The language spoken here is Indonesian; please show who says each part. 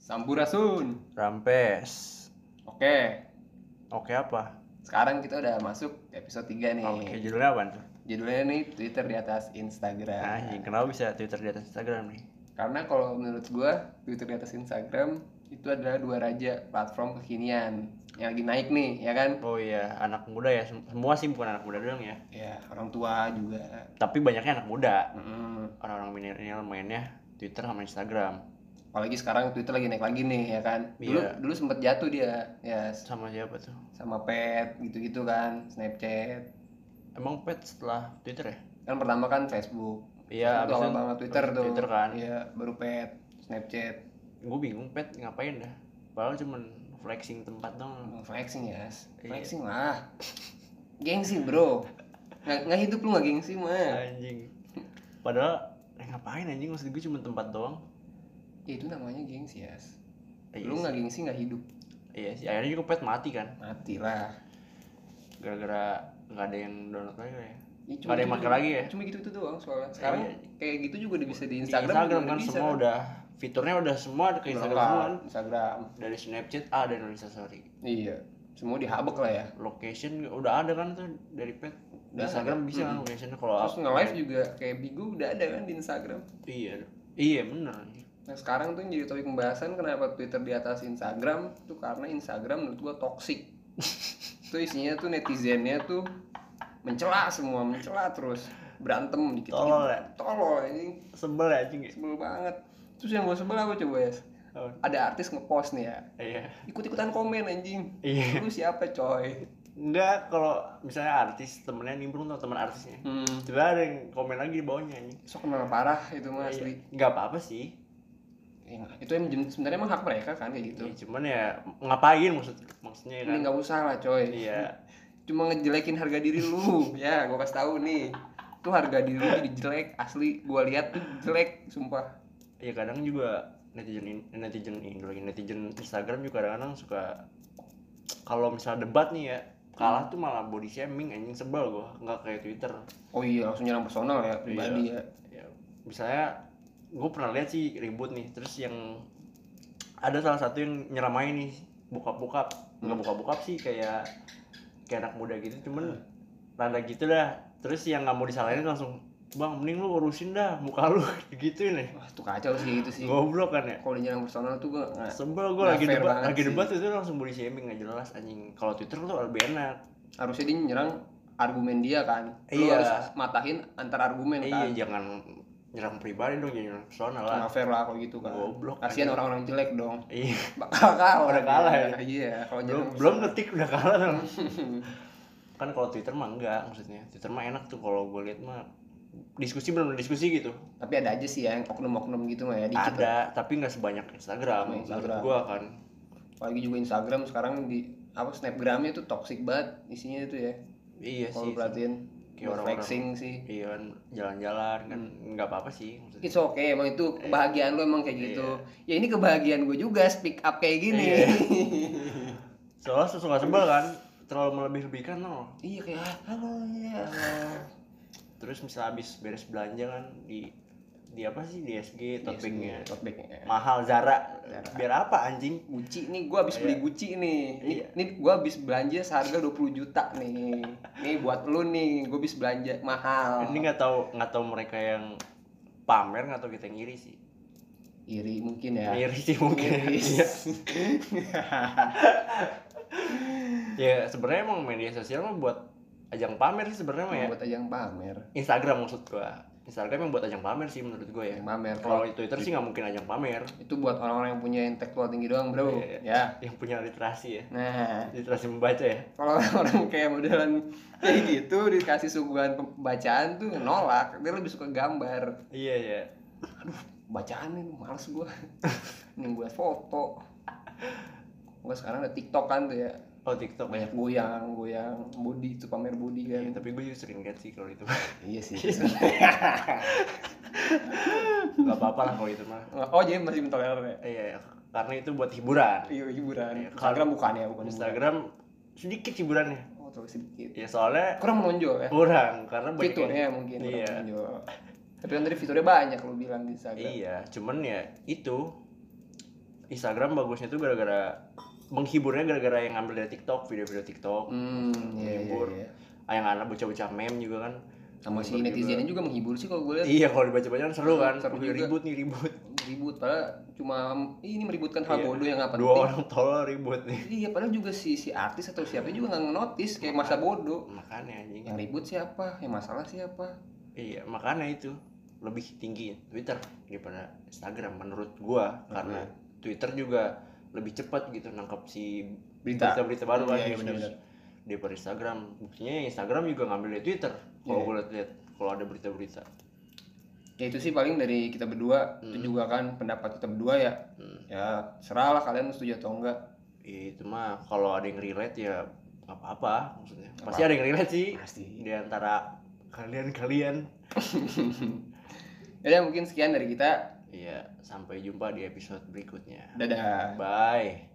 Speaker 1: Sampurasun.
Speaker 2: Rampes.
Speaker 1: Oke,
Speaker 2: Oke apa?
Speaker 1: sekarang kita udah masuk episode 3 nih.
Speaker 2: Oke judulnya apa tuh?
Speaker 1: Judulnya nih Twitter di atas Instagram.
Speaker 2: Anjing, kenapa bisa Twitter di atas Instagram nih?
Speaker 1: Karena kalau menurut gua Twitter di atas Instagram itu adalah dua raja platform kekinian yang lagi naik nih, ya kan?
Speaker 2: Oh iya, anak muda ya. Sem- Semua sih bukan anak muda doang ya.
Speaker 1: Ya, orang tua juga.
Speaker 2: Tapi banyaknya anak muda.
Speaker 1: Mm-mm.
Speaker 2: Orang-orang milenial mainnya Twitter sama Instagram.
Speaker 1: Apalagi sekarang Twitter lagi naik lagi nih, ya kan? Dulu
Speaker 2: Iya.
Speaker 1: dulu sempet jatuh dia, ya
Speaker 2: Sama siapa tuh?
Speaker 1: sama pet gitu-gitu kan, Snapchat.
Speaker 2: Emang pet setelah Twitter ya?
Speaker 1: Kan pertama kan Facebook. Terus
Speaker 2: Iya, abis
Speaker 1: tuh
Speaker 2: itu
Speaker 1: awal Twitter
Speaker 2: abis
Speaker 1: tuh.
Speaker 2: Twitter kan.
Speaker 1: Iya, baru pet, Snapchat.
Speaker 2: Gue bingung pet ngapain dah. Padahal cuman flexing tempat dong.
Speaker 1: Emang Flexing ya, As.
Speaker 2: Iya.
Speaker 1: flexing lah. Gengsi bro, nggak, nggak hidup lu nggak gengsi mah.
Speaker 2: Anjing. Padahal eh, ngapain anjing maksud gue cuma tempat doang.
Speaker 1: Ya, itu namanya gengsi ya.
Speaker 2: Eh,
Speaker 1: Lu nggak gengsi nggak hidup,
Speaker 2: Iya sih, akhirnya juga pet mati kan.
Speaker 1: mati lah.
Speaker 2: gara-gara nggak ada yang download lagi ya
Speaker 1: Ya,
Speaker 2: Nggak ada yang pakai lagi ya?
Speaker 1: Cuma gitu itu doang soalnya. Sekarang
Speaker 2: Iya.
Speaker 1: kayak gitu juga udah bisa di
Speaker 2: di
Speaker 1: Instagram.
Speaker 2: Instagram,
Speaker 1: juga
Speaker 2: kan
Speaker 1: bisa.
Speaker 2: semua udah fiturnya udah semua ada ke Instagram
Speaker 1: Lengkap,
Speaker 2: semua kan.
Speaker 1: Instagram.
Speaker 2: dari Snapchat ada dari Instastory
Speaker 1: Iya, semua dihabek lah ya.
Speaker 2: location udah ada kan tuh dari pet di
Speaker 1: Udah
Speaker 2: Instagram
Speaker 1: ada.
Speaker 2: bisa kan
Speaker 1: Mm.
Speaker 2: location kalau
Speaker 1: Terus nge-live juga kayak Bigo udah ada kan di Instagram.
Speaker 2: iya iya bener anjing.
Speaker 1: Nah sekarang tuh yang jadi topik pembahasan kenapa Twitter di atas Instagram tuh karena Instagram menurut gua toksik. tuh isinya tuh netizennya tuh mencela semua, mencela terus berantem dikit
Speaker 2: Tolol ya?
Speaker 1: Tolol ini
Speaker 2: sebel ya anjing ya
Speaker 1: sebel banget. Terus yang gua sebel apa coba ya?
Speaker 2: Oh,
Speaker 1: Ada artis ngepost nih ya.
Speaker 2: iya
Speaker 1: Ikut-ikutan komen anjing.
Speaker 2: iya
Speaker 1: Lu siapa coy?
Speaker 2: enggak kalau misalnya artis temennya nimbrung tuh teman artisnya
Speaker 1: Hmm.
Speaker 2: tiba ada yang komen lagi di bawahnya anjing
Speaker 1: Sok kenal parah itu mah asli.
Speaker 2: Iya. nggak apa-apa sih
Speaker 1: Ya, itu yang jen- sebenarnya emang hak mereka kan kayak gitu.
Speaker 2: Iya, cuman ya ngapain maksud maksudnya ya
Speaker 1: Ini
Speaker 2: kan
Speaker 1: nggak usah lah coy.
Speaker 2: iya
Speaker 1: cuma ngejelekin harga diri lu ya gua kasih tahu nih tuh harga diri lu jadi jelek asli gua lihat tuh jelek sumpah
Speaker 2: ya kadang juga netizen in- netizen Indo lagi netizen Instagram juga kadang-kadang suka kalau misalnya debat nih ya kalah tuh malah body shaming anjing sebel gua nggak kayak Twitter
Speaker 1: oh iya langsung nyerang personal ya pribadi ya
Speaker 2: ya, misalnya gue pernah lihat sih ribut nih terus yang ada salah satu yang nyeramain nih bokap-bokap nggak bokap-bokap sih kayak kayak anak muda gitu cuman rada gitu dah terus yang nggak mau disalahin langsung bang mending lu urusin dah muka lu gitu nih
Speaker 1: wah tuh kacau sih itu sih
Speaker 2: goblok kan ya
Speaker 1: kalau nyerang personal tuh gua nggak
Speaker 2: Sebel gue
Speaker 1: Nggak
Speaker 2: lagi
Speaker 1: fair
Speaker 2: debat,
Speaker 1: banget
Speaker 2: lagi
Speaker 1: sih.
Speaker 2: debat itu langsung body shaming nggak jelas anjing. Kalau Twitter tuh lebih enak.
Speaker 1: harusnya dia nyerang argumen dia kan lu
Speaker 2: Iya.
Speaker 1: harus matahin antar argumen
Speaker 2: Eh,
Speaker 1: kan
Speaker 2: Iya jangan nyerang pribadi dong, jangan nyerang personal lah.
Speaker 1: nggak fair lah kalau gitu kan
Speaker 2: Goblok,
Speaker 1: kasihan
Speaker 2: anjing.
Speaker 1: orang-orang jelek dong
Speaker 2: Iya.
Speaker 1: bakal kalah
Speaker 2: Udah kalah ya?
Speaker 1: iya kalau
Speaker 2: belum
Speaker 1: nyerang
Speaker 2: belum ngetik udah kalah dong. kan kalau Twitter mah enggak maksudnya. Twitter mah enak tuh kalau gue lihat mah diskusi belum diskusi gitu.
Speaker 1: tapi ada aja sih ya yang oknum-oknum gitu mah ya dikit
Speaker 2: Ada, tapi nggak sebanyak Instagram.
Speaker 1: Sama
Speaker 2: Menurut
Speaker 1: Instagram.
Speaker 2: gue kan.
Speaker 1: apalagi juga Instagram sekarang di apa snapgramnya tuh toxic banget isinya itu ya
Speaker 2: Iya
Speaker 1: kalau
Speaker 2: sih.
Speaker 1: lu perhatiin Buat
Speaker 2: Kayak orang-orang-
Speaker 1: flexing sih
Speaker 2: Iya kan jalan-jalan kan nggak apa-apa sih maksudnya.
Speaker 1: it's okay emang Hmm.
Speaker 2: Iya.
Speaker 1: itu kebahagiaan lu emang kayak gitu ya ini kebahagiaan gue juga speak up kayak gini
Speaker 2: Iya. Soalnya suka sebel kan terlalu melebih-lebihkan loh.
Speaker 1: iya kayak "Ah, halo ya
Speaker 2: terus misalnya habis beres belanja kan di di apa sih di SG tote bagnya
Speaker 1: Tote bagnya.
Speaker 2: mahal Zara. biar apa anjing
Speaker 1: Gucci nih, gue habis beli Gucci nih. Nih,
Speaker 2: Iya.
Speaker 1: nih gue habis belanja seharga 20 juta nih. Nih buat lu nih, gue habis belanja mahal.
Speaker 2: ini nggak tahu nggak tahu mereka yang pamer nggak tahu kita yang iri sih
Speaker 1: Iri mungkin ya.
Speaker 2: iri sih Iya, mungkin Iya.
Speaker 1: Iri.
Speaker 2: ya sebenarnya emang media sosial mah buat ajang pamer sih sebenarnya mah ya
Speaker 1: Buat ajang pamer.
Speaker 2: Instagram maksud gua Instagram yang buat ajang pamer sih menurut gua ya
Speaker 1: Ajang pamer.
Speaker 2: kalau di Twitter sih nggak mungkin ajang pamer
Speaker 1: itu buat orang-orang yang punya intelektual tinggi doang bro
Speaker 2: Iya.
Speaker 1: ya
Speaker 2: yang punya literasi ya
Speaker 1: nah
Speaker 2: literasi membaca ya
Speaker 1: kalau orang kayak modelan kayak gitu dikasih suguhan pembacaan tuh nolak dia lebih suka gambar
Speaker 2: iya iya
Speaker 1: bacaan nih males gua ini buat foto gua sekarang ada tiktok kan tuh ya
Speaker 2: oh TikTok ya
Speaker 1: banyak goyang goyang body itu pamer body kan
Speaker 2: Iya, tapi gue juga sering lihat sih kalau itu
Speaker 1: iya sih
Speaker 2: nggak apa-apa lah kalau itu mah
Speaker 1: oh jadi masih mentoleran ya
Speaker 2: iya karena itu buat hiburan
Speaker 1: iya hiburan
Speaker 2: Iya,
Speaker 1: Instagram bukan ya bukan hiburan.
Speaker 2: Instagram sedikit hiburannya
Speaker 1: oh terlalu sedikit
Speaker 2: ya soalnya
Speaker 1: kurang menonjol ya
Speaker 2: kurang karena banyak
Speaker 1: fiturnya
Speaker 2: yang-
Speaker 1: mungkin
Speaker 2: iya
Speaker 1: kurang menonjol. tapi kan tadi fiturnya banyak lu bilang di Instagram
Speaker 2: iya cuman ya itu Instagram bagusnya tuh gara-gara menghiburnya gara-gara yang ngambil dari TikTok, video-video TikTok,
Speaker 1: Hmm, iya, iya,
Speaker 2: menghibur.
Speaker 1: iya.
Speaker 2: Ah, yang anak bocah-bocah meme juga kan.
Speaker 1: Sama si
Speaker 2: Menghibur
Speaker 1: netizennya juga menghibur sih kalau gue lihat
Speaker 2: Iya, kalau dibaca-baca kan seru kan.
Speaker 1: Seru
Speaker 2: Wih,
Speaker 1: juga.
Speaker 2: ribut nih ribut.
Speaker 1: ribut padahal cuma "Ih, ini meributkan hal
Speaker 2: Iya.
Speaker 1: bodoh yang nggak penting.
Speaker 2: Dua orang tolol ribut nih.
Speaker 1: Iya, padahal juga si si artis atau siapa juga nggak notice kayak masa bodoh.
Speaker 2: Makanya anjing.
Speaker 1: Yang ribut siapa? Yang masalah siapa?
Speaker 2: Iya, makanya itu lebih tinggi Twitter daripada Instagram menurut gua karena Twitter juga lebih cepat gitu nangkap si
Speaker 1: Berita.
Speaker 2: berita baru kan
Speaker 1: Iya, iya,
Speaker 2: news-news
Speaker 1: benar-benar.
Speaker 2: daripada Instagram. Buktinya Instagram juga ngambil dari Twitter. Kalau
Speaker 1: Iya.
Speaker 2: gua lihat kalau ada berita-berita.
Speaker 1: Ya itu sih paling dari kita berdua. Itu juga kan pendapat kita berdua ya.
Speaker 2: Hmm.
Speaker 1: Ya, seralah kalian setuju atau enggak.
Speaker 2: Iya, itu mah kalau ada yang relate ya nggak apa-apa maksudnya. Pasti ada yang relate sih
Speaker 1: Pasti.
Speaker 2: di antara kalian-kalian.
Speaker 1: Iya. Ya mungkin sekian dari kita.
Speaker 2: Iya, sampai jumpa di episode berikutnya.
Speaker 1: Dadah.
Speaker 2: Bye.